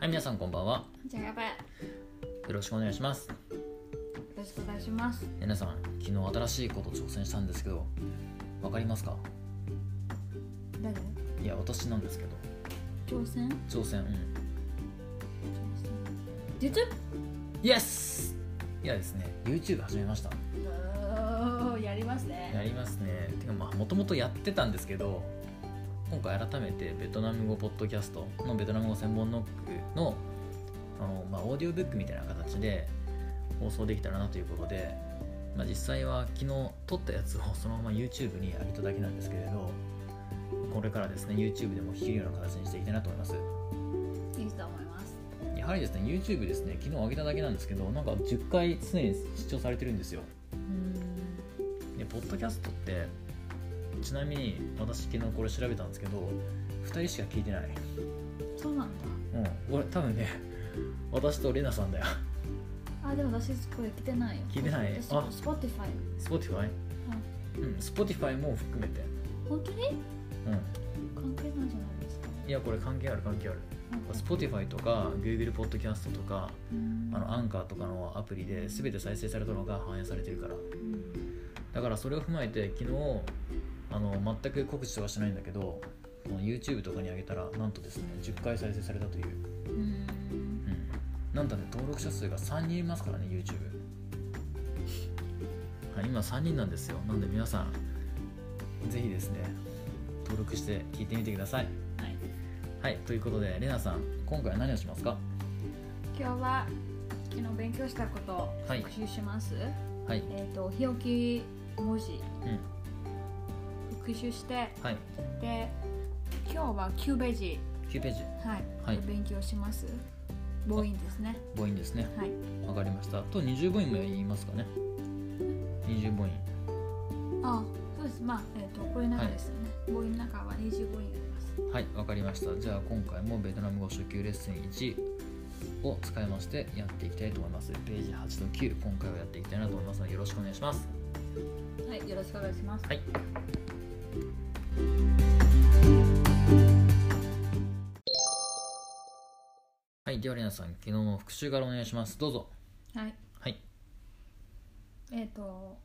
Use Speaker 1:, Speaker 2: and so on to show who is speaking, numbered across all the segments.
Speaker 1: 皆さんこんばんは
Speaker 2: じゃあやばいよ
Speaker 1: よろしくお願いします
Speaker 2: ろしくお願いします
Speaker 1: 皆さん昨日新しいこと挑戦したんですけどわかりますか
Speaker 2: 誰
Speaker 1: いや私なんですけど
Speaker 2: 挑戦
Speaker 1: 挑戦うん
Speaker 2: 実
Speaker 1: イエスいやですね YouTube 始めました
Speaker 2: やりますね
Speaker 1: やりますねてかまあもともとやってたんですけど今回改めてベトナム語ポッドキャストのベトナム語専門ノックのあの、まあ、オーディオブックみたいな形で放送できたらなということで、まあ、実際は昨日撮ったやつをそのまま YouTube に上げただけなんですけれどこれからですね YouTube でも聴けるような形にしていきたいなと思います
Speaker 2: いいと思います
Speaker 1: やはりですね YouTube ですね昨日上げただけなんですけどなんか10回常に視聴されてるんですよ
Speaker 2: うん
Speaker 1: でポッドキャストってちなみに私昨日これ調べたんですけど2人しか聞いてない
Speaker 2: そうなんだ
Speaker 1: うん俺多分ね私とレナさんだよ
Speaker 2: あでも私これ来てないよ
Speaker 1: 聞いてない
Speaker 2: 私
Speaker 1: あ
Speaker 2: Spotify
Speaker 1: Spotify うん Spotify も含めて
Speaker 2: 本当
Speaker 1: う
Speaker 2: に関係ないじゃないですか
Speaker 1: んいやこれ関係ある関係ある
Speaker 2: なんか
Speaker 1: Spotify とか Google ポッドキャストとか
Speaker 2: うん
Speaker 1: あのアンカーとかのアプリで全て再生されたのが反映されてるから
Speaker 2: うん
Speaker 1: だからそれを踏まえて昨日あの全く告知とかしてないんだけどこの YouTube とかに上げたらなんとですね10回再生されたという
Speaker 2: うん
Speaker 1: うん、なんだね登録者数が3人いますからね YouTube はい今3人なんですよなんで皆さんぜひですね登録して聞いてみてください
Speaker 2: はい
Speaker 1: はいということでレナさん今回は何をしますか
Speaker 2: 今日は昨日勉強したことを
Speaker 1: はい
Speaker 2: 復習します、
Speaker 1: はい
Speaker 2: えっ、と日置き文字
Speaker 1: うん
Speaker 2: 復習して
Speaker 1: はい
Speaker 2: で今日は9ページ
Speaker 1: 9ページ
Speaker 2: はい、
Speaker 1: はい
Speaker 2: 勉強します母音ですね
Speaker 1: 母音ですね
Speaker 2: はい
Speaker 1: わかりましたあと20母音も言いますかね20母音
Speaker 2: あそうですまあ、えー、とこれの中ですよね、母音の中は25音があります
Speaker 1: はいわかりましたじゃあ今回もベトナム語初級レッスン1を使いましてやっていきたいと思いますページ8と9今回はやっていきたいなと思いますのでよろしくお願いします
Speaker 2: はいよろしくお願いします
Speaker 1: はいはいではりなさん昨日の復習からお願いしますどうぞ
Speaker 2: はい
Speaker 1: はい
Speaker 2: えっ、と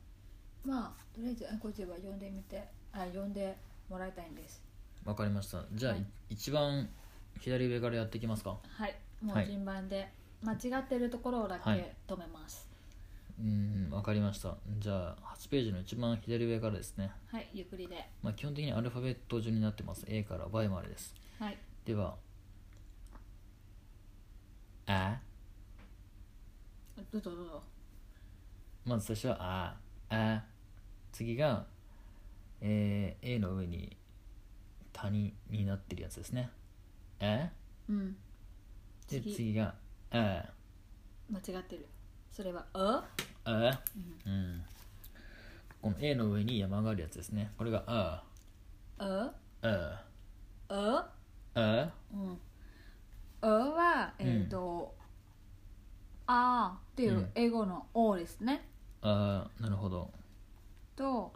Speaker 2: まあとりあえずあこちらは読んでみてあ読んでもらいたいんです
Speaker 1: わかりましたじゃあ、
Speaker 2: はい
Speaker 1: 一番左上からやっていきますか
Speaker 2: はいも
Speaker 1: は
Speaker 2: う
Speaker 1: い
Speaker 2: 順番で、間違ってるところだけ
Speaker 1: はい
Speaker 2: 止めます
Speaker 1: うんわかりましたじゃあ8ページの一番左上からですね
Speaker 2: はい、ゆっくりで
Speaker 1: まあ、基本的にアルファベット順になってます A から Y までです
Speaker 2: はい
Speaker 1: ではあ
Speaker 2: どうぞどうぞ
Speaker 1: まず最初はああ次が、えー A の上に谷になってるやつですねえ
Speaker 2: うん
Speaker 1: で
Speaker 2: 次
Speaker 1: 次があ
Speaker 2: 間違ってるそれは「あ
Speaker 1: あうんこの A の上に山があるやつですねこれがあ」
Speaker 2: 「あ」
Speaker 1: あ
Speaker 2: 「あ」
Speaker 1: あ
Speaker 2: うん「あ」はえっ、と「あ」っていううん英語の「お」ですね、
Speaker 1: あなるほど
Speaker 2: と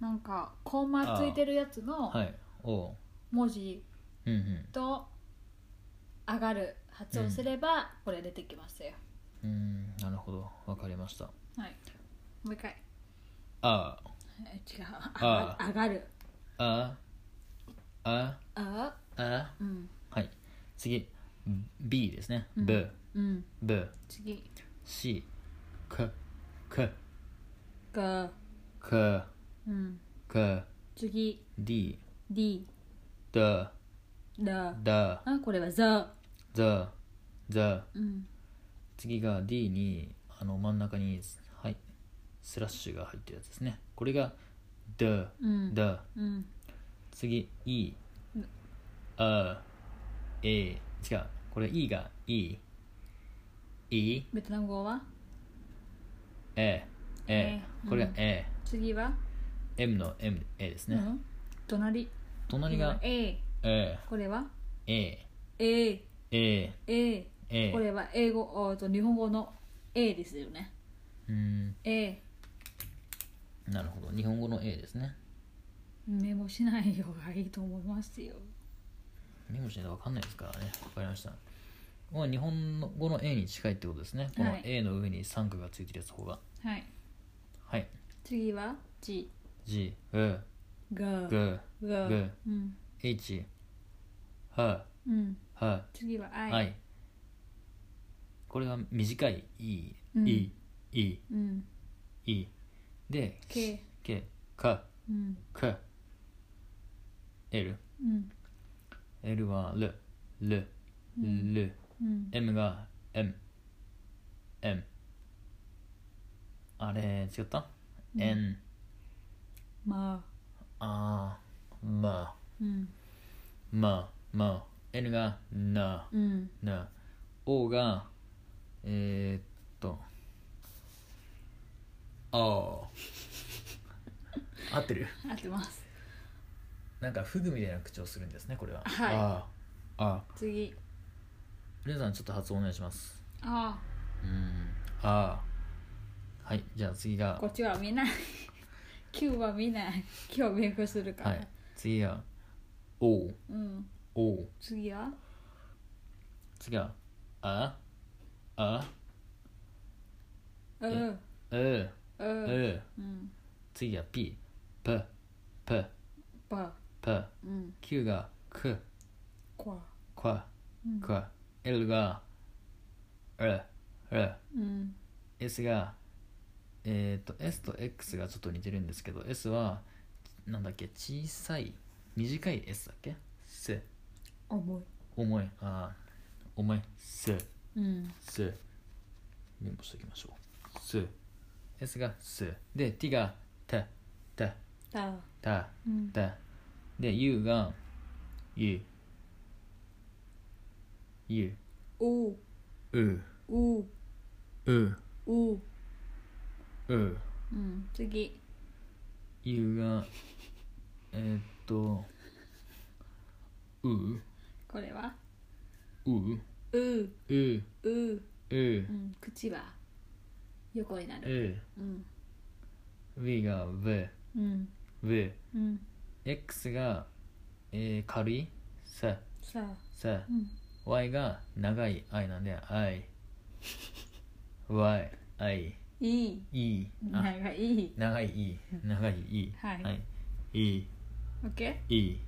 Speaker 2: なんかコンマついてるやつの
Speaker 1: はいおう
Speaker 2: 文字
Speaker 1: うんうん
Speaker 2: と上がる発音すればこれ出てきますよ、
Speaker 1: うんなるほどわかりました
Speaker 2: はいもう一回
Speaker 1: あ
Speaker 2: え違う
Speaker 1: あ
Speaker 2: 上がる
Speaker 1: ああ
Speaker 2: 「あ
Speaker 1: あ」
Speaker 2: うん
Speaker 1: はい次 B ですね、
Speaker 2: うん
Speaker 1: B
Speaker 2: うん
Speaker 1: B
Speaker 2: 次
Speaker 1: C K K
Speaker 2: 「が
Speaker 1: K」
Speaker 2: うん
Speaker 1: K
Speaker 2: 次
Speaker 1: D
Speaker 2: 「d
Speaker 1: D
Speaker 2: d あ
Speaker 1: D
Speaker 2: これは「ザ
Speaker 1: Z Z」
Speaker 2: うん
Speaker 1: 次が D にあの真ん中にはいスラッシュが入ってるやつですねこれが D
Speaker 2: うん、
Speaker 1: D
Speaker 2: うん
Speaker 1: 次 E
Speaker 2: うん
Speaker 1: A A 違うこれ E が E E
Speaker 2: ベトナム語は
Speaker 1: A A
Speaker 2: うん
Speaker 1: これが A、
Speaker 2: 次は、
Speaker 1: M の M A です
Speaker 2: う
Speaker 1: ね、
Speaker 2: ん、隣
Speaker 1: 隣が
Speaker 2: A
Speaker 1: A
Speaker 2: これは
Speaker 1: A
Speaker 2: A
Speaker 1: A
Speaker 2: A
Speaker 1: A
Speaker 2: これは英語おーと日本語の A ですよね
Speaker 1: うーん
Speaker 2: A
Speaker 1: なるほど日本語の A ですね
Speaker 2: メモしない方がいいと思いますよ
Speaker 1: メモしないと分かんないですからねわかりましたは日本語の A に近いってことですねこの
Speaker 2: はい
Speaker 1: A の上に三角がついてるやつの方が
Speaker 2: はい
Speaker 1: はい
Speaker 2: 次は G
Speaker 1: G U
Speaker 2: が
Speaker 1: G
Speaker 2: が
Speaker 1: ぐ
Speaker 2: うん
Speaker 1: H H
Speaker 2: うん、
Speaker 1: H
Speaker 2: 次は I、
Speaker 1: I これが短い E
Speaker 2: うん
Speaker 1: E E
Speaker 2: うん
Speaker 1: E で
Speaker 2: K
Speaker 1: K K
Speaker 2: うん
Speaker 1: K L
Speaker 2: うん
Speaker 1: L は L L
Speaker 2: うん
Speaker 1: L
Speaker 2: うん
Speaker 1: M が M M あれ違った、
Speaker 2: うん
Speaker 1: ?N
Speaker 2: まあ
Speaker 1: あーまあ
Speaker 2: うん
Speaker 1: まあまあ N がな
Speaker 2: うん
Speaker 1: な O がえー、っと ああ合ってる
Speaker 2: 合ってます
Speaker 1: なんかフグみたいな口調するんですねこれは
Speaker 2: はい
Speaker 1: ああああ
Speaker 2: 次
Speaker 1: レンさんちょっと発音お願いします
Speaker 2: あ
Speaker 1: うんああはいじゃあ次が
Speaker 2: あこっちは見ない Q は見ない今日勉強するから、
Speaker 1: はい次が O
Speaker 2: うん、
Speaker 1: O
Speaker 2: 次は
Speaker 1: 次がああ
Speaker 2: うう
Speaker 1: う
Speaker 2: う
Speaker 1: う
Speaker 2: うん
Speaker 1: 次が P P P
Speaker 2: ば
Speaker 1: P
Speaker 2: うん
Speaker 1: Q が K
Speaker 2: こ
Speaker 1: Q
Speaker 2: うん
Speaker 1: か L が L L
Speaker 2: うん
Speaker 1: S がえっ、と S と X がちょっと似てるんですけど S はなんだっけ小さい短い S だっけせ
Speaker 2: 重い
Speaker 1: 重いああ重いせ
Speaker 2: うん
Speaker 1: せメモしておきましょうせ S がせで T が T T
Speaker 2: だ
Speaker 1: T
Speaker 2: うん
Speaker 1: だで U が U U
Speaker 2: おう
Speaker 1: U
Speaker 2: おう
Speaker 1: U
Speaker 2: おう
Speaker 1: U
Speaker 2: うん次
Speaker 1: U がえーっとうう
Speaker 2: これは
Speaker 1: う
Speaker 2: うう
Speaker 1: う
Speaker 2: う
Speaker 1: う
Speaker 2: うん口は横になる
Speaker 1: う
Speaker 2: うん
Speaker 1: V が V
Speaker 2: うん
Speaker 1: V
Speaker 2: うん
Speaker 1: X が、えー、軽いさ
Speaker 2: さあ
Speaker 1: さ
Speaker 2: うん
Speaker 1: Y が長い I なんで I Y I
Speaker 2: いい
Speaker 1: E あ
Speaker 2: なんかいい
Speaker 1: 長い E 長い E
Speaker 2: はい
Speaker 1: い、E
Speaker 2: OK?
Speaker 1: E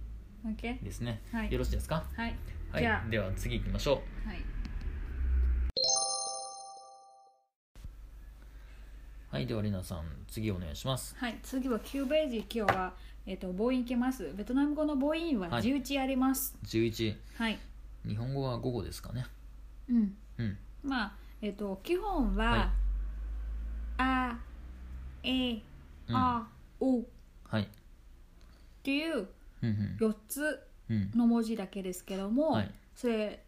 Speaker 2: OK?
Speaker 1: ですね、
Speaker 2: はい
Speaker 1: よろしいですか
Speaker 2: はい
Speaker 1: はい
Speaker 2: じゃ
Speaker 1: では次行きましょう
Speaker 2: あはい
Speaker 1: はいではりなさん次お願いします
Speaker 2: はい次は9ページ今日はえっと母音いきますベトナム語の母音は
Speaker 1: はい
Speaker 2: 11あります
Speaker 1: 11
Speaker 2: はい
Speaker 1: 日本語は午後ですかね
Speaker 2: うん
Speaker 1: うん
Speaker 2: まあえっと基本は
Speaker 1: は
Speaker 2: あえ
Speaker 1: うん
Speaker 2: あおっ
Speaker 1: はい
Speaker 2: ていう
Speaker 1: うん
Speaker 2: 4つ
Speaker 1: うんうん
Speaker 2: の文字だけですけども、
Speaker 1: はい
Speaker 2: それ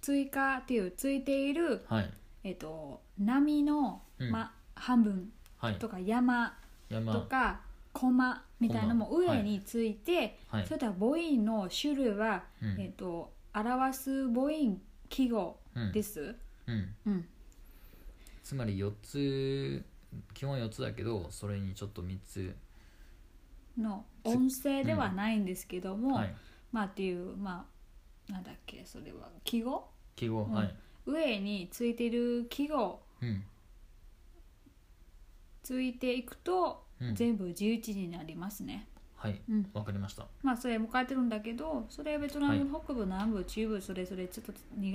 Speaker 2: 追加っていうついている、
Speaker 1: はい
Speaker 2: えっと波の、
Speaker 1: うん
Speaker 2: ま、半分
Speaker 1: はい
Speaker 2: とか山
Speaker 1: 山
Speaker 2: とか、コマみたいなのも
Speaker 1: コマ
Speaker 2: 上について、
Speaker 1: はい
Speaker 2: それでは母音の種類は、
Speaker 1: う
Speaker 2: えっ
Speaker 1: ん
Speaker 2: と表す母音記号
Speaker 1: うん
Speaker 2: です。
Speaker 1: うん
Speaker 2: うん
Speaker 1: つまり4つ基本4つだけどそれにちょっと3つ
Speaker 2: の音声ではないんですけども、
Speaker 1: はい
Speaker 2: まあっていうまあなんだっけそれは記号
Speaker 1: 記号
Speaker 2: うん
Speaker 1: はい
Speaker 2: 上についてる記号
Speaker 1: うん
Speaker 2: ついていくと、
Speaker 1: うん
Speaker 2: 全部11になりますね、
Speaker 1: はい
Speaker 2: うん、
Speaker 1: わかりました
Speaker 2: まあそれも書いてるんだけどそれはベトナムの北部南部中部それぞれちょっと違う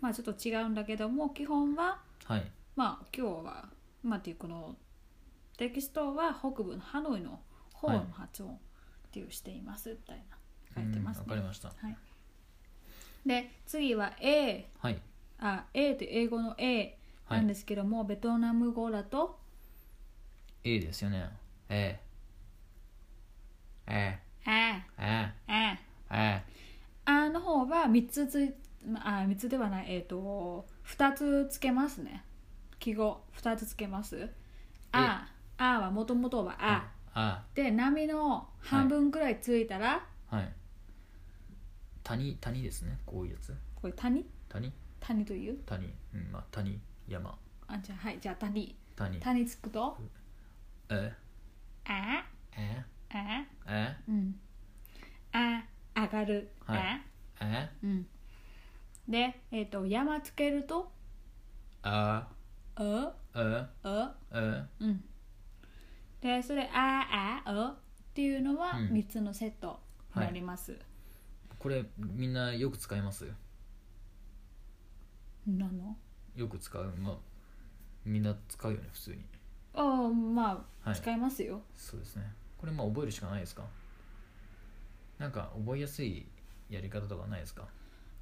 Speaker 2: まあちょっと違うんだけども基本は
Speaker 1: はい
Speaker 2: まあ今日はまあっていうこのテキストは北部のハノイの方の発音っていうしていますみたいな書いてます
Speaker 1: うんわか
Speaker 2: ね
Speaker 1: りました
Speaker 2: はいで次は A
Speaker 1: はい
Speaker 2: あ A と英語の A
Speaker 1: は
Speaker 2: なんで
Speaker 1: い
Speaker 2: すけども、ベトナム語だと
Speaker 1: A ですよね A A
Speaker 2: A
Speaker 1: A
Speaker 2: A
Speaker 1: A
Speaker 2: あの方は3つついあ3つではないえっ、と2つつけますね記号2つつけますああはもともとはあ、
Speaker 1: あ
Speaker 2: で波の半分くらいついたら、
Speaker 1: はい谷谷ですねこういうやつ
Speaker 2: これ谷
Speaker 1: 谷
Speaker 2: 谷という
Speaker 1: 谷うんまあ谷山
Speaker 2: あじゃあはいじゃあ谷
Speaker 1: 谷
Speaker 2: 谷つくと
Speaker 1: え
Speaker 2: あ
Speaker 1: え
Speaker 2: あ
Speaker 1: え
Speaker 2: うんあ上がる、
Speaker 1: はい
Speaker 2: あ
Speaker 1: え
Speaker 2: うんで、えっと山つけると
Speaker 1: あ
Speaker 2: 「う」
Speaker 1: う
Speaker 2: 「う」
Speaker 1: う
Speaker 2: うんでそれ「あ」「あ」「う」っていうのは
Speaker 1: うん
Speaker 2: 3つのセットになります、
Speaker 1: これみんなよく使います
Speaker 2: なの
Speaker 1: よく使うまあみんな使うよね普通に
Speaker 2: ああまあ、
Speaker 1: はい
Speaker 2: 使いますよ
Speaker 1: そうですねこれまあ覚えるしかないですかなんか覚えやすいやり方とかないですか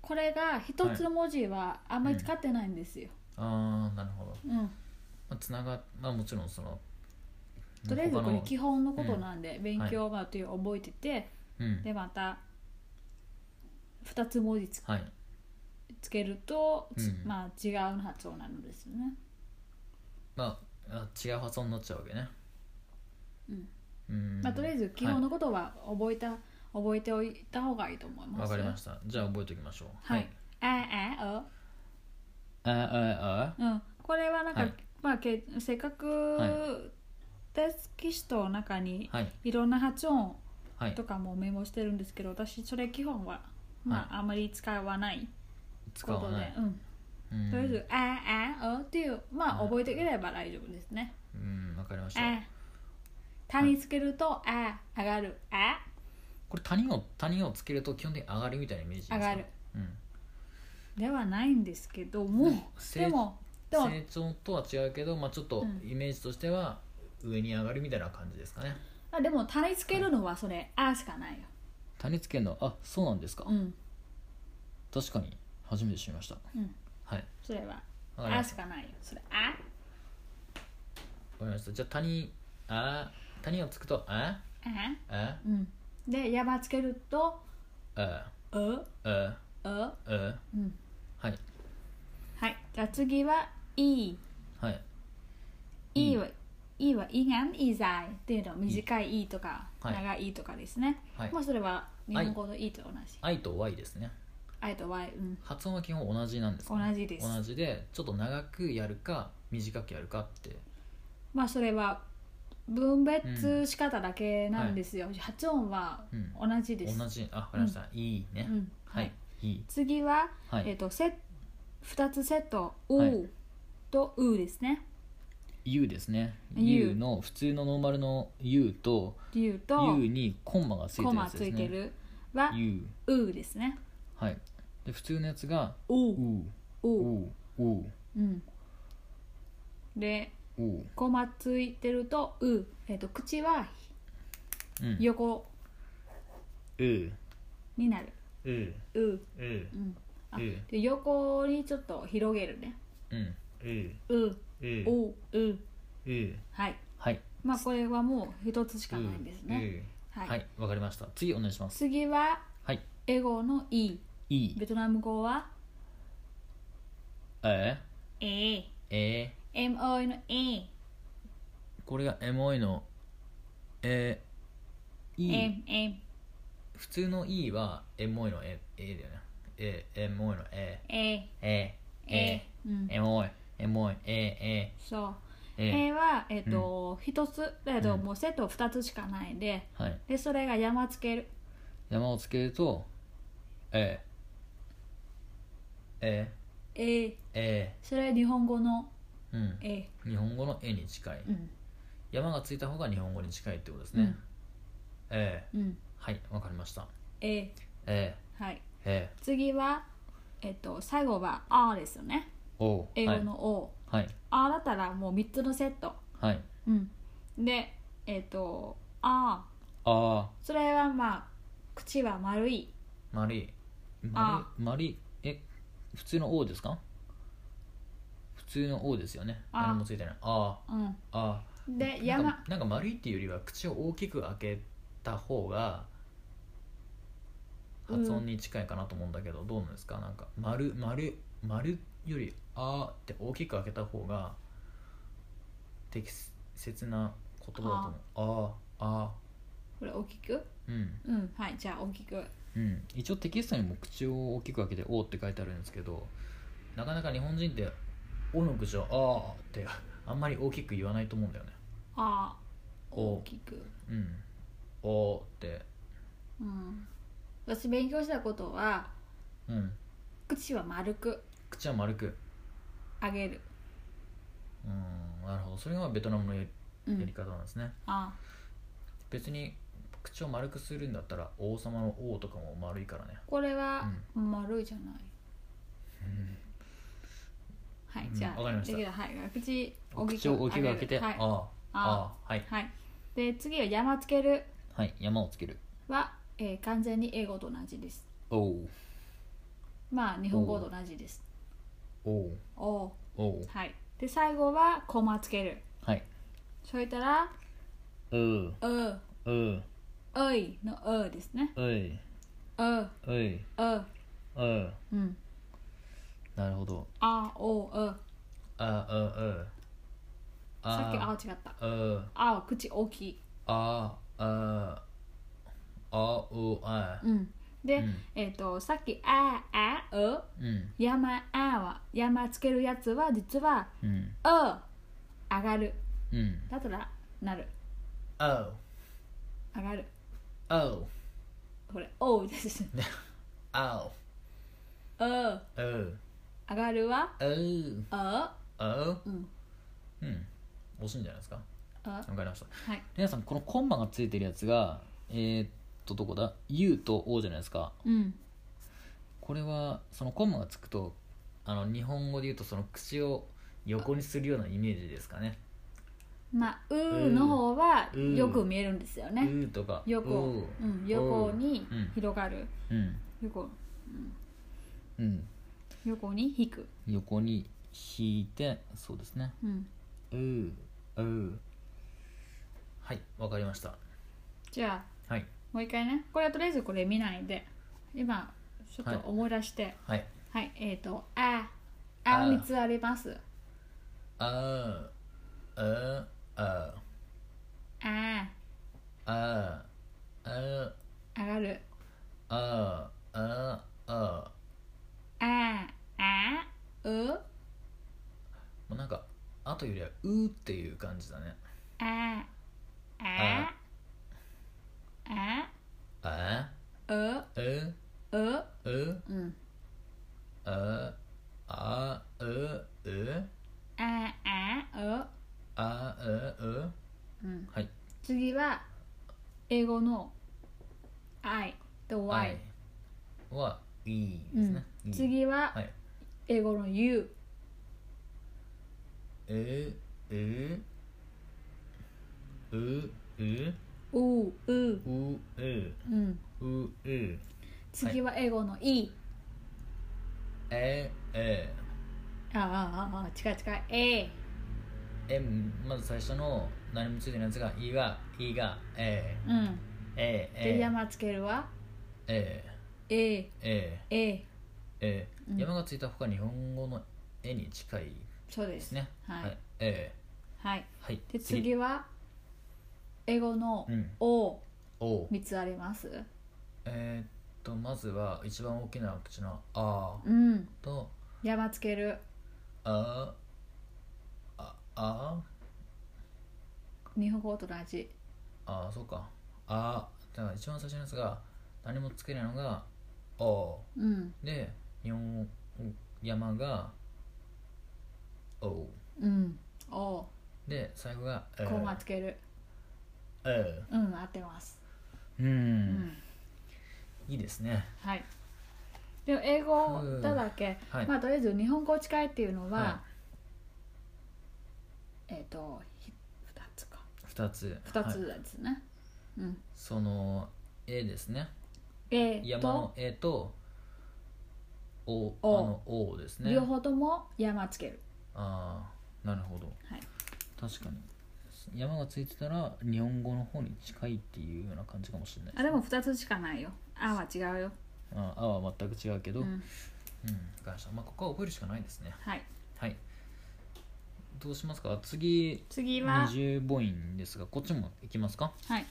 Speaker 2: これが一つの文字はあんまり使ってないんですよ、
Speaker 1: ああなるほど、
Speaker 2: うん、
Speaker 1: まあ、つながまあもちろんその
Speaker 2: とりあえずこ
Speaker 1: 他
Speaker 2: れ
Speaker 1: の
Speaker 2: 基本のことなんで、勉強まあという覚えてて、
Speaker 1: うん
Speaker 2: でまた2つ文字つ
Speaker 1: はい
Speaker 2: つけると、
Speaker 1: う
Speaker 2: つ
Speaker 1: ん
Speaker 2: まあ違う発音なのですよね
Speaker 1: まああ違う発音になっちゃうわけね
Speaker 2: うん
Speaker 1: うん
Speaker 2: まあ、とりあえず基本のことは覚えた、覚えておいた方がいいと思います
Speaker 1: わかりま
Speaker 2: し
Speaker 1: したじゃあ覚えておきましょう
Speaker 2: たはい、ああ
Speaker 1: あああ
Speaker 2: あうんこれはなんか、
Speaker 1: はい
Speaker 2: まあけせっか
Speaker 1: は
Speaker 2: くテスト記事の中に
Speaker 1: あはい
Speaker 2: いろんな発音
Speaker 1: はい
Speaker 2: とかもメモしてるんですけど私それ基本はまあ、あまり使わない
Speaker 1: 使
Speaker 2: こと
Speaker 1: わ
Speaker 2: で
Speaker 1: ない
Speaker 2: うん、
Speaker 1: うん
Speaker 2: とりあえず「あああ」っていうまあ
Speaker 1: うん
Speaker 2: 覚えていければ大丈夫ですね
Speaker 1: うんわかりま
Speaker 2: 「
Speaker 1: した
Speaker 2: あ」「た」につけると「あ」「上がる」「あ」
Speaker 1: これ谷を谷をつけると基本的に上がりみたいなイメージですか
Speaker 2: 上がる、
Speaker 1: うん、
Speaker 2: ではないんですけども
Speaker 1: 成
Speaker 2: でもでも
Speaker 1: 成長とは違うけど、まあ、ちょっと
Speaker 2: うん
Speaker 1: イメージとしては上に上がるみたいな感じですかね、
Speaker 2: あでも「た」につけるのはそれ「あ」しかないよ
Speaker 1: 谷つけるのあそうなんですか、
Speaker 2: うん
Speaker 1: 確かに初めて知りました
Speaker 2: うん
Speaker 1: はい
Speaker 2: それは「
Speaker 1: わかり
Speaker 2: あ」
Speaker 1: まし
Speaker 2: したかないよそれ「あ」
Speaker 1: わかりましたじゃあ谷あ谷をつくとあ
Speaker 2: 「あ
Speaker 1: あ」
Speaker 2: うんで「山」つけると
Speaker 1: あ
Speaker 2: 「
Speaker 1: あ
Speaker 2: う」「う
Speaker 1: ああ」
Speaker 2: うん
Speaker 1: はい
Speaker 2: はいじゃあ次は「い」
Speaker 1: はい
Speaker 2: 「
Speaker 1: い
Speaker 2: い」は「い」は「いがん」「いざい」っていうの短い「い」とか
Speaker 1: はい
Speaker 2: 長い「い」とかですね
Speaker 1: はい
Speaker 2: まあそれは日本語の「い」と同じ
Speaker 1: I と Y ですね
Speaker 2: 「I」と「Y」うん
Speaker 1: 発音は基本同じなんですか、
Speaker 2: 同じです
Speaker 1: 同じでちょっと長くやるか短くやるかって
Speaker 2: まあそれは分別仕方だけなんですよ、発音は
Speaker 1: うん
Speaker 2: 同じです、
Speaker 1: 同じあわかりました、いいね、
Speaker 2: うん
Speaker 1: はい、いい
Speaker 2: 次は、
Speaker 1: はい
Speaker 2: えっとセ2つセット「う」
Speaker 1: はい
Speaker 2: と「う」ですね
Speaker 1: U ですね
Speaker 2: U
Speaker 1: U の普通のノーマルの U と
Speaker 2: 「りゅう」と
Speaker 1: U にコンマがついて
Speaker 2: 「コ
Speaker 1: るや
Speaker 2: マ」
Speaker 1: つ
Speaker 2: つ
Speaker 1: です
Speaker 2: い
Speaker 1: ね
Speaker 2: てるは
Speaker 1: U
Speaker 2: 「う」ですね
Speaker 1: はいで普通のやつが
Speaker 2: 「う」
Speaker 1: U
Speaker 2: 「う」
Speaker 1: U U
Speaker 2: うんで
Speaker 1: U
Speaker 2: コマついてると「う」えっと口は
Speaker 1: うん
Speaker 2: 横
Speaker 1: U
Speaker 2: になる
Speaker 1: U
Speaker 2: 「う」
Speaker 1: U
Speaker 2: うんあ
Speaker 1: U
Speaker 2: で横にちょっと広げるね
Speaker 1: うん U
Speaker 2: 「う」「
Speaker 1: U
Speaker 2: う」「う」
Speaker 1: U
Speaker 2: はい
Speaker 1: はい
Speaker 2: まあこれはもう一つしかないんですね。
Speaker 1: U
Speaker 2: はい
Speaker 1: はいわかりました次お願いします
Speaker 2: 次は
Speaker 1: はい
Speaker 2: 英語の E。
Speaker 1: E
Speaker 2: ベトナム語は
Speaker 1: A
Speaker 2: A。
Speaker 1: A
Speaker 2: MO の A。
Speaker 1: これがエモいの A E
Speaker 2: M。M。
Speaker 1: 普通の E はエモいの A A だよね A エモいの A
Speaker 2: A。
Speaker 1: えー、え
Speaker 2: A。うん
Speaker 1: ー、。エモい、エモい、え
Speaker 2: そう。
Speaker 1: ー、えー、え
Speaker 2: A はえっと一つえっともうセット二つしかないんで、
Speaker 1: ー、はい。
Speaker 2: でそれが山つける。
Speaker 1: 山をつけると、えー、え
Speaker 2: A。
Speaker 1: ー、え
Speaker 2: それ日本語の
Speaker 1: ー、うん。
Speaker 2: A。
Speaker 1: 日本語のえに近い。
Speaker 2: うん。
Speaker 1: 山がついた方が日本語に近いってことですね。
Speaker 2: うん
Speaker 1: え
Speaker 2: うん。
Speaker 1: ー、はい、わかりました。
Speaker 2: A。
Speaker 1: え
Speaker 2: はい。
Speaker 1: ー、え
Speaker 2: 次はえっと最後は R ですよね。
Speaker 1: ー、お
Speaker 2: 英語の O。
Speaker 1: はい、
Speaker 2: R だったらもう三つのセット。
Speaker 1: はい、はい、
Speaker 2: うん、でえっ、と「あ」
Speaker 1: あ
Speaker 2: それはまあ口は丸い
Speaker 1: ー、丸い、丸
Speaker 2: あ
Speaker 1: い、丸い、え、普通の O ですか普通の O ですよね。
Speaker 2: あー
Speaker 1: 何もついてない。あ
Speaker 2: 「うん
Speaker 1: ー、あー。」
Speaker 2: で「
Speaker 1: なん
Speaker 2: 山
Speaker 1: かなんか丸いっていうよりは口を大きく開けた方が
Speaker 2: うん
Speaker 1: 発音に近いかなと思うんだけど、どうなんですかなんか丸丸丸より「あ」って大きく開けた方が適切な言葉だと思う「あ」「あ」
Speaker 2: これ大きく
Speaker 1: うん
Speaker 2: うんはいじゃあ大きく
Speaker 1: うん一応テキストにも口を大きく開けて「お」って書いてあるんですけどなかなか日本人って「お」の口を「あ」ってあんまり大きく言わないと思うんだよね
Speaker 2: 「あ」
Speaker 1: お
Speaker 2: 大きく
Speaker 1: うん「お」って
Speaker 2: うん私勉強したことは
Speaker 1: うん
Speaker 2: 口は丸く
Speaker 1: 口は丸く
Speaker 2: 上げる、
Speaker 1: うんなるほどそれがベトナムのや
Speaker 2: う
Speaker 1: やり
Speaker 2: ん、
Speaker 1: 方なんですね、
Speaker 2: あ
Speaker 1: 別に口を丸くするんだったら王様の王とかも丸いからね
Speaker 2: これは丸いじゃない、はい
Speaker 1: うん
Speaker 2: じゃあ、
Speaker 1: わかりました
Speaker 2: できはい口大きく
Speaker 1: 口を大きく開けて、
Speaker 2: はい
Speaker 1: ああ
Speaker 2: あ
Speaker 1: ああはい
Speaker 2: はいで次は山つける
Speaker 1: はい山をつける
Speaker 2: は、えー完全に英語と同じです
Speaker 1: おう
Speaker 2: まあ日本語と同じです
Speaker 1: おう
Speaker 2: おお
Speaker 1: おう
Speaker 2: はいで最後はコマつける
Speaker 1: はい
Speaker 2: それたら
Speaker 1: うう
Speaker 2: 「う」
Speaker 1: う
Speaker 2: 「うい」の「う」ですね
Speaker 1: うい
Speaker 2: 「う」「」
Speaker 1: ういうう
Speaker 2: うん
Speaker 1: なるほど
Speaker 2: 「あ」「お」「う」
Speaker 1: あうう
Speaker 2: さっき「あ」
Speaker 1: あ
Speaker 2: 違った
Speaker 1: う
Speaker 2: 「あ」は口大きい
Speaker 1: あああうあ
Speaker 2: うんで、
Speaker 1: うん
Speaker 2: えっ、とさっき「あ」「あ」「う」
Speaker 1: うん
Speaker 2: 山「あ」は山つけるやつは実は
Speaker 1: うん
Speaker 2: 「う」上がる
Speaker 1: うん
Speaker 2: だったらなる
Speaker 1: おう
Speaker 2: 上がる
Speaker 1: おう
Speaker 2: これ「お う」です「
Speaker 1: おう
Speaker 2: う」上
Speaker 1: おう
Speaker 2: がるは
Speaker 1: おう
Speaker 2: 「う」
Speaker 1: あう
Speaker 2: うん
Speaker 1: うん惜しいんじゃないですか
Speaker 2: 「う」は
Speaker 1: わかりました
Speaker 2: い
Speaker 1: 皆さんこのコンマがついてるやつがえーっとどこだ U と O じゃないですか
Speaker 2: うん
Speaker 1: これはそのコンマがつくとあの日本語で言うとその口を横にするようなイメージですかね
Speaker 2: まあ「う」の方は
Speaker 1: うん
Speaker 2: よく見えるんですよね、
Speaker 1: U とか
Speaker 2: 横、
Speaker 1: O
Speaker 2: うん、横に
Speaker 1: うん
Speaker 2: 広がる
Speaker 1: うん
Speaker 2: 横
Speaker 1: うん
Speaker 2: 横に引く、
Speaker 1: 横に引いてそうですね
Speaker 2: うん、
Speaker 1: U U はいわかりました
Speaker 2: じゃあ
Speaker 1: はい
Speaker 2: もう一回ねこれはとりあえずこれ見ないで今ちょっと思い出してはい、
Speaker 1: はい
Speaker 2: えっ、と「あ」「あ」
Speaker 1: あ
Speaker 2: 3つあります
Speaker 1: あうああ
Speaker 2: 「あ
Speaker 1: ああ」
Speaker 2: 上がる
Speaker 1: あああ
Speaker 2: 「あ」「あ」「う」
Speaker 1: もうなんかあとよりはうーっていう感じだね
Speaker 2: 「あ」「あ」「あ」
Speaker 1: あ
Speaker 2: 「う」
Speaker 1: う
Speaker 2: 「う
Speaker 1: う」
Speaker 2: うん
Speaker 1: ああうう
Speaker 2: 「あ」「あ」「う」
Speaker 1: あうう
Speaker 2: うん
Speaker 1: はい
Speaker 2: 次は英語の「I」と「Y
Speaker 1: はいい」で
Speaker 2: う
Speaker 1: す
Speaker 2: ん
Speaker 1: ね、いい
Speaker 2: 次は
Speaker 1: はい
Speaker 2: 英語の「You
Speaker 1: うううう」
Speaker 2: 「U」「う
Speaker 1: うう」
Speaker 2: うん
Speaker 1: うう
Speaker 2: 次は英語の「E
Speaker 1: ええ」
Speaker 2: あああああ近い近い「A」
Speaker 1: えまず最初の何もついてないやつが「い」が「い」が「え
Speaker 2: うん
Speaker 1: ええ
Speaker 2: で
Speaker 1: え
Speaker 2: 山つけるは
Speaker 1: え
Speaker 2: 「A」
Speaker 1: ええ
Speaker 2: A
Speaker 1: えー
Speaker 2: うん
Speaker 1: 山がついたほか日本語の絵に近いで
Speaker 2: そうですす
Speaker 1: ね。
Speaker 2: はい、
Speaker 1: え
Speaker 2: はい、
Speaker 1: ーはい。
Speaker 2: で次は英語の
Speaker 1: うん
Speaker 2: 「O」
Speaker 1: おう
Speaker 2: 3つあります
Speaker 1: えーっとまずは一番大きな口のあ
Speaker 2: うん
Speaker 1: と
Speaker 2: 山つける
Speaker 1: あああ
Speaker 2: 日本語と同じ
Speaker 1: あそうかあだから一番最初のやつが何もつけないのがお
Speaker 2: うん
Speaker 1: で日本語山がおう
Speaker 2: うん「O」
Speaker 1: で最後がえ
Speaker 2: コマつける
Speaker 1: え
Speaker 2: うん合ってます
Speaker 1: ーう
Speaker 2: うんん
Speaker 1: いいですね
Speaker 2: はい。でも英語だだけ、
Speaker 1: はい
Speaker 2: まあとりあえず日本語近いっていうのは、
Speaker 1: は
Speaker 2: えっ、とひ二つか
Speaker 1: 二つ
Speaker 2: 二
Speaker 1: はい
Speaker 2: つですね。うん。
Speaker 1: その絵ですね
Speaker 2: A
Speaker 1: 山
Speaker 2: と
Speaker 1: の絵とおあ
Speaker 2: お
Speaker 1: の王ですね
Speaker 2: 両方とも山つける。
Speaker 1: ああなるほど
Speaker 2: はい。
Speaker 1: 確かに山がついてたら日本語の方に近いっていうような感じかもしれない
Speaker 2: あ
Speaker 1: す
Speaker 2: でも二つしかないよ。あは違うよ。
Speaker 1: ああは全く違うけど
Speaker 2: う
Speaker 1: うん、わ
Speaker 2: ん。
Speaker 1: かりましたまあここは覚えるしかないですね
Speaker 2: はい。
Speaker 1: はいどうしますか次
Speaker 2: 次は
Speaker 1: 二重母音ですがこっちも行きますか
Speaker 2: はい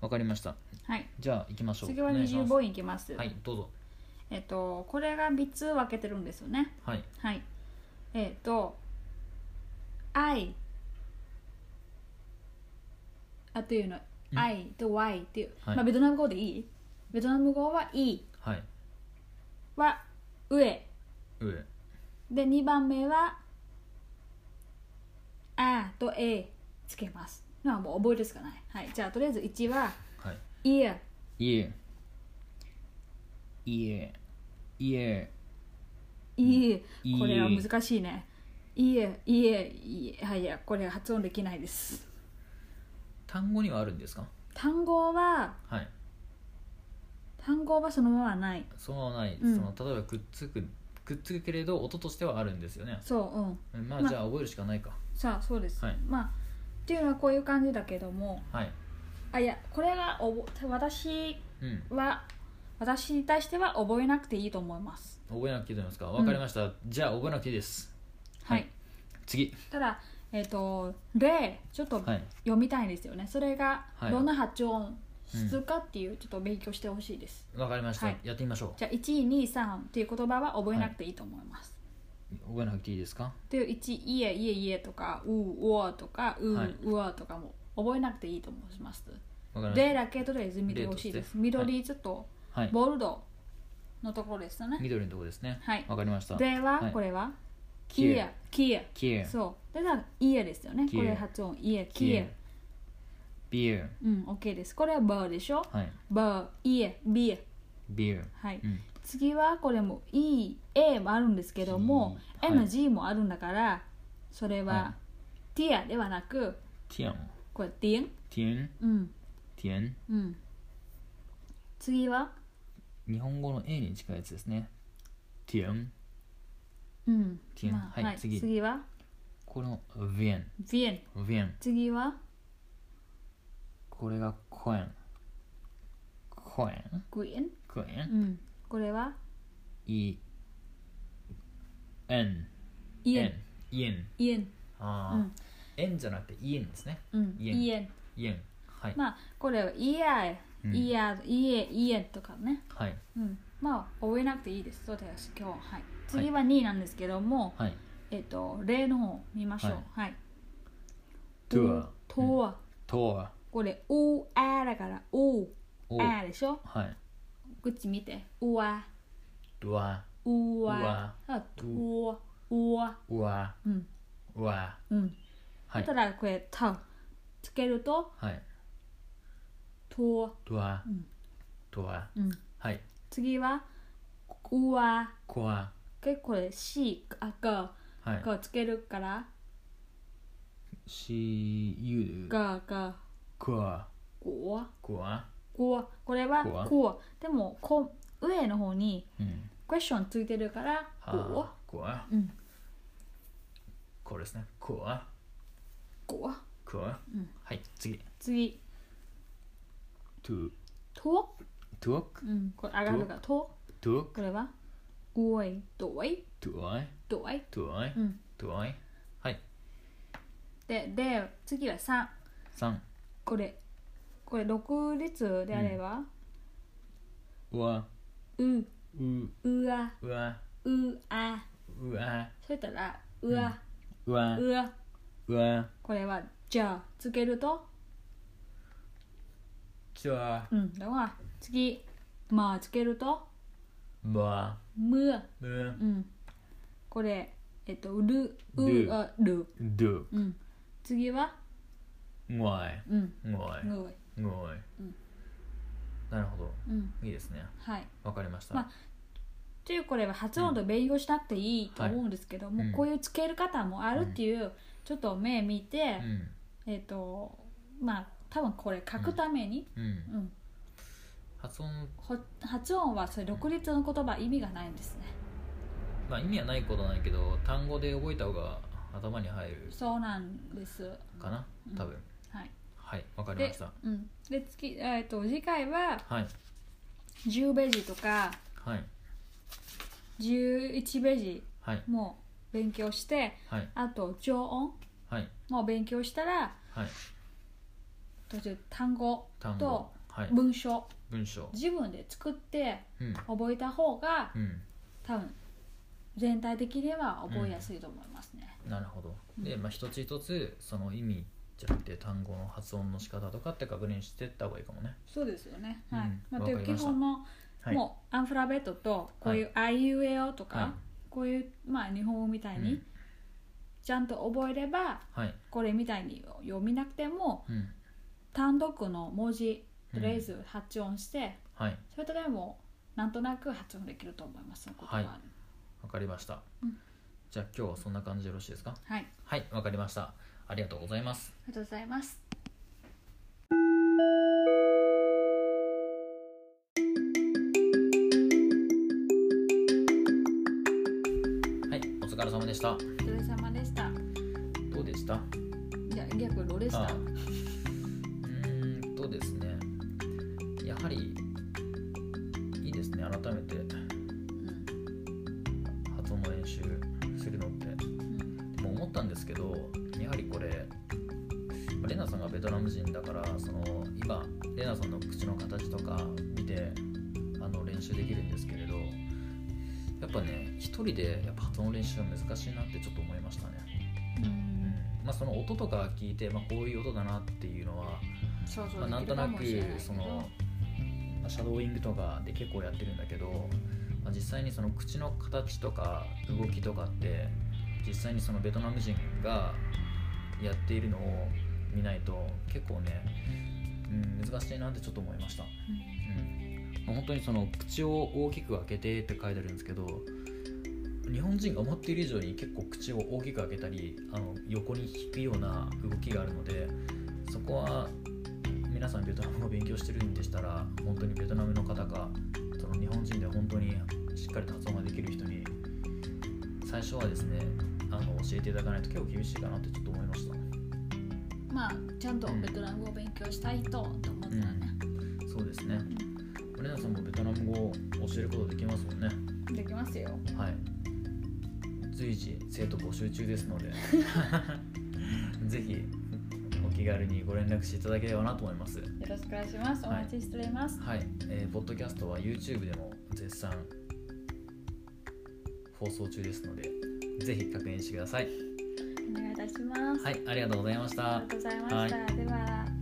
Speaker 1: わかりました
Speaker 2: はい。
Speaker 1: じゃあ行きましょう
Speaker 2: 次は
Speaker 1: お願
Speaker 2: 二
Speaker 1: いし
Speaker 2: 重
Speaker 1: ます
Speaker 2: 母音いきます。
Speaker 1: はいどうぞ
Speaker 2: えっ、とこれが三つ分けてるんですよね。
Speaker 1: はい
Speaker 2: はい。えっ、と、I あというの、
Speaker 1: ん
Speaker 2: I と Y っていう、
Speaker 1: はい
Speaker 2: まあベトナム語でいいベトナム語は E
Speaker 1: はい
Speaker 2: は U 上
Speaker 1: 上
Speaker 2: で2番目は「あ」と「え」つけますのはもう覚えるしかない、はい、じゃあとりあえず1は
Speaker 1: はい
Speaker 2: 「いや
Speaker 1: 家家家」
Speaker 2: 「いえ」
Speaker 1: いえ
Speaker 2: これは難しいね「いえ」「いえ」いえはいいやこれ発音できないです
Speaker 1: 単語にはあるんですか
Speaker 2: 単語は
Speaker 1: はい
Speaker 2: 単語はそのままない
Speaker 1: そうはない、
Speaker 2: うん
Speaker 1: その例えばくっつくくっつくけれど音としてはあるんですよね
Speaker 2: そううん
Speaker 1: うんま
Speaker 2: ま
Speaker 1: あ
Speaker 2: あ
Speaker 1: じゃあ覚えるしかないか
Speaker 2: さあそうです、
Speaker 1: はい
Speaker 2: まあっていうのはこういう感じだけども
Speaker 1: はい
Speaker 2: あいやこれがおぼ私
Speaker 1: うん
Speaker 2: は私に対しては覚えなくていいと思います
Speaker 1: 覚えなくていいと思いますかわかりました、じゃあ覚えなくていいです
Speaker 2: はい、
Speaker 1: はい次
Speaker 2: ただえっ、と例ちょっと
Speaker 1: はい
Speaker 2: 読みたいんですよね、それが
Speaker 1: はい
Speaker 2: どんな発音するかっていうちょっと勉強してほしいです、
Speaker 1: わかりました、
Speaker 2: はい
Speaker 1: やってみましょ
Speaker 2: じゃあ123っていう言葉は覚えなくていいと思います、
Speaker 1: う覚えなくていいですか
Speaker 2: で1「いえいえいえ」とか「ううお」とか「う
Speaker 1: はいう
Speaker 2: お」とかも覚えなくていいと思います、
Speaker 1: わかりま
Speaker 2: で
Speaker 1: し
Speaker 2: だけとりあえず見てほしいで
Speaker 1: 例
Speaker 2: す
Speaker 1: として
Speaker 2: 緑ちょっと
Speaker 1: たはい
Speaker 2: ボルドのところですよね、
Speaker 1: 緑のとこですね
Speaker 2: はい
Speaker 1: わかりました
Speaker 2: では、
Speaker 1: はい
Speaker 2: これは「
Speaker 1: キエ
Speaker 2: キエ」「キエ」
Speaker 1: キエ
Speaker 2: そうでだ「イエ」ですよね
Speaker 1: キエ
Speaker 2: これ発音「イエ」「キエ」
Speaker 1: ビール
Speaker 2: うん OK ですこれは「バー」でしょ
Speaker 1: はい
Speaker 2: 「バー」「イエ」「ビエ」
Speaker 1: ビール
Speaker 2: はい、
Speaker 1: うん
Speaker 2: 次はこれも「イ」「エ」もあるんですけども「
Speaker 1: い
Speaker 2: N」の「G」もあるんだからそれ
Speaker 1: は
Speaker 2: は「ティア」ではなく
Speaker 1: ティアン
Speaker 2: これ「ティン
Speaker 1: ティエン」
Speaker 2: うん
Speaker 1: ティエン
Speaker 2: うん次は
Speaker 1: 日本語の A に近いやつですねティエン
Speaker 2: うん
Speaker 1: ティン
Speaker 2: まあ
Speaker 1: はい
Speaker 2: はい、
Speaker 1: 次
Speaker 2: 次は
Speaker 1: このヴィエン
Speaker 2: 「ビエン」
Speaker 1: ヴィエン
Speaker 2: 次は
Speaker 1: これがコエンコエン
Speaker 2: 「グエン」
Speaker 1: コエ
Speaker 2: う
Speaker 1: ン
Speaker 2: んこれは
Speaker 1: イエン
Speaker 2: 「イエン」
Speaker 1: イエン
Speaker 2: 「イエン」う
Speaker 1: ああ
Speaker 2: ん
Speaker 1: エンじゃなくてイエンですね
Speaker 2: うん「
Speaker 1: イエン
Speaker 2: イエン」
Speaker 1: イエンはい
Speaker 2: まあこれは「イヤー」「
Speaker 1: ん
Speaker 2: イヤー」「イエ」「イエ」とかね
Speaker 1: はい
Speaker 2: うん、まあ覚えなくていいですそうです今日は、はい、次は2位なんですけども、
Speaker 1: はい
Speaker 2: えっ、と例の方見ましょうはい、
Speaker 1: トゥア
Speaker 2: とは、
Speaker 1: トア
Speaker 2: これ「うあ」だから「う
Speaker 1: お
Speaker 2: あ」でしょ
Speaker 1: はい
Speaker 2: こっち見て「うわ
Speaker 1: ドア」
Speaker 2: 「う
Speaker 1: う
Speaker 2: わ
Speaker 1: わ」
Speaker 2: あ「とわ」「うわ
Speaker 1: うわ」
Speaker 2: うん
Speaker 1: うわ
Speaker 2: うん、
Speaker 1: はい
Speaker 2: ただこれ「た」つけると
Speaker 1: はい
Speaker 2: 「とわ
Speaker 1: ドア
Speaker 2: ん
Speaker 1: ドア」
Speaker 2: うん
Speaker 1: はい
Speaker 2: 次は「うわ
Speaker 1: コア」
Speaker 2: でこれ「し」あ「が」
Speaker 1: はい
Speaker 2: がつけるから
Speaker 1: シ
Speaker 2: 「
Speaker 1: ユル
Speaker 2: が」が
Speaker 1: コア
Speaker 2: 「ごわ」
Speaker 1: コア
Speaker 2: こうこれは
Speaker 1: こうは
Speaker 2: こうでもこう上の方に
Speaker 1: うん
Speaker 2: クエスチョンついてるからこ
Speaker 1: あコア
Speaker 2: う、うん、
Speaker 1: これですねコア
Speaker 2: こう
Speaker 1: コア
Speaker 2: うん
Speaker 1: はい次
Speaker 2: 次
Speaker 1: トゥ
Speaker 2: と、
Speaker 1: トゥオク
Speaker 2: うん、これ上がるからと
Speaker 1: トゥオク
Speaker 2: これはおいどい
Speaker 1: トゥアイ
Speaker 2: どい、
Speaker 1: トゥアイ
Speaker 2: うん、
Speaker 1: トゥアイはい
Speaker 2: でで次は3
Speaker 1: 三
Speaker 2: これこれ6列であれば、
Speaker 1: うわ
Speaker 2: う
Speaker 1: う
Speaker 2: うわ
Speaker 1: うわ
Speaker 2: うあ
Speaker 1: うわ
Speaker 2: そういったらうわ、
Speaker 1: うわ
Speaker 2: うわ
Speaker 1: うわ
Speaker 2: これはじゃあつけると
Speaker 1: じゃあ
Speaker 2: うんだから次まあつけると
Speaker 1: ま
Speaker 2: む
Speaker 1: む
Speaker 2: うん、これ、えっと、る、
Speaker 1: る
Speaker 2: う、あ、る。
Speaker 1: ど
Speaker 2: うん。次は、
Speaker 1: ごい
Speaker 2: うん、
Speaker 1: ごい
Speaker 2: ぐい。
Speaker 1: ごい
Speaker 2: うん
Speaker 1: なるほど
Speaker 2: うん、
Speaker 1: いいですね
Speaker 2: はい。
Speaker 1: わかりました
Speaker 2: まあというこれは発音と勉強しなくていいと思うんですけども、
Speaker 1: はいうん
Speaker 2: こういうつける方もあるっていう、ちょっと目見て
Speaker 1: う、ん
Speaker 2: えっと、まあ、多分これ書くために、
Speaker 1: うん
Speaker 2: うん、
Speaker 1: 発音
Speaker 2: ほ発音はそれ独立の言葉意味がないんですね。
Speaker 1: まあ意味はないことはないけど単語で覚えた方が頭に入る
Speaker 2: そうなんです。
Speaker 1: かな
Speaker 2: うん
Speaker 1: 多分
Speaker 2: はい。
Speaker 1: はいわかりま
Speaker 2: で
Speaker 1: した、
Speaker 2: うん。で、次、えっと、次回は
Speaker 1: はい
Speaker 2: 10ページとか、
Speaker 1: はい
Speaker 2: 11ページ
Speaker 1: はい
Speaker 2: も勉強して
Speaker 1: はい
Speaker 2: あと常音
Speaker 1: はい
Speaker 2: も勉強したら
Speaker 1: はい
Speaker 2: 途中単語
Speaker 1: 単語
Speaker 2: と
Speaker 1: はい
Speaker 2: 文章
Speaker 1: 文章
Speaker 2: 自分で作って
Speaker 1: うん
Speaker 2: 覚えた方が
Speaker 1: うん
Speaker 2: 多分全体的には覚えやすいと思いますね、
Speaker 1: なるほど
Speaker 2: うん
Speaker 1: で、まあ、一つ一つその意味じゃなくて単語の発音の仕方とかって確認していった方がいいかもね
Speaker 2: そうですよね
Speaker 1: うん
Speaker 2: はい、まあ、
Speaker 1: わ
Speaker 2: と
Speaker 1: か
Speaker 2: い
Speaker 1: りました
Speaker 2: う基本の
Speaker 1: はい
Speaker 2: もうアンフラベットとこういう「あいうえお」とか、
Speaker 1: はい
Speaker 2: こういう、まあ、日本語みたいに、
Speaker 1: うん
Speaker 2: ちゃんと覚えれば
Speaker 1: はい
Speaker 2: これみたいに読みなくても
Speaker 1: うん
Speaker 2: 単独の文字
Speaker 1: う
Speaker 2: と
Speaker 1: ん
Speaker 2: りあえず発音して、
Speaker 1: はい
Speaker 2: それとでもなんとなく発音できると思いますその言葉
Speaker 1: はいわかりました、
Speaker 2: うん
Speaker 1: じゃあ今日はそんな感じでよろしいですか
Speaker 2: はい、あり
Speaker 1: はいわかりましたありがとうございます
Speaker 2: がとうございます
Speaker 1: はいお疲れ様でした
Speaker 2: お疲れ様でした
Speaker 1: どうでした
Speaker 2: じゃあ逆どうでした
Speaker 1: あうーんとですねやはりいいですね改めて
Speaker 2: うん
Speaker 1: 発音の練習するのって
Speaker 2: うん
Speaker 1: でも思ったんですけどやはりこれまあレナさんがベトナム人だからその今レナさんの口の形とか見てあの練習できるんですけれどやっぱね一人でやっぱ発音の練習は難しいなってちょっと思いましたね、
Speaker 2: う
Speaker 1: うん
Speaker 2: ん
Speaker 1: まあ、その音とか聞いて、まあ、こういう音だなっていうのは
Speaker 2: 想
Speaker 1: ま
Speaker 2: 像
Speaker 1: あ、なん
Speaker 2: できる
Speaker 1: と
Speaker 2: か
Speaker 1: な
Speaker 2: も
Speaker 1: く
Speaker 2: しれないけ
Speaker 1: そ
Speaker 2: ど
Speaker 1: の、まあシャドーイングとかで結構やってるんだけど、まあ、実際にその口の形とか動きとかって実際にそのベトナム人がやっているのを見ないと結構ね、うん、難しいなってちょっと思いました、うんまあ、本当にその口を大きく開けてって書いてあるんですけど日本人が思っている以上に結構口を大きく開けたりあの横に引くような動きがあるのでそこは皆さんベトナム語を勉強してるんでしたら本当にベトナムの方がその日本人で本当にしっかりと発音ができる人に最初はですねあの教えていただかないと結構厳しいかなってちょっと思いました
Speaker 2: うんまあちゃんとベトナム語を勉強したいとと思ったらね、
Speaker 1: そうですねレナさんもベトナム語を教えることできますもんね
Speaker 2: できますよ
Speaker 1: はい随時生徒募集中ですのでぜひお気軽にご連絡していただければなと思います
Speaker 2: よろしくお願いしますお
Speaker 1: はい
Speaker 2: 待ちしております、
Speaker 1: はい、えーポッドキャストは YouTube でも絶賛放送中ですので、ぜひ確認してください。
Speaker 2: お願いいたします、
Speaker 1: はい、ありがとうございました。
Speaker 2: ありがとうございました、では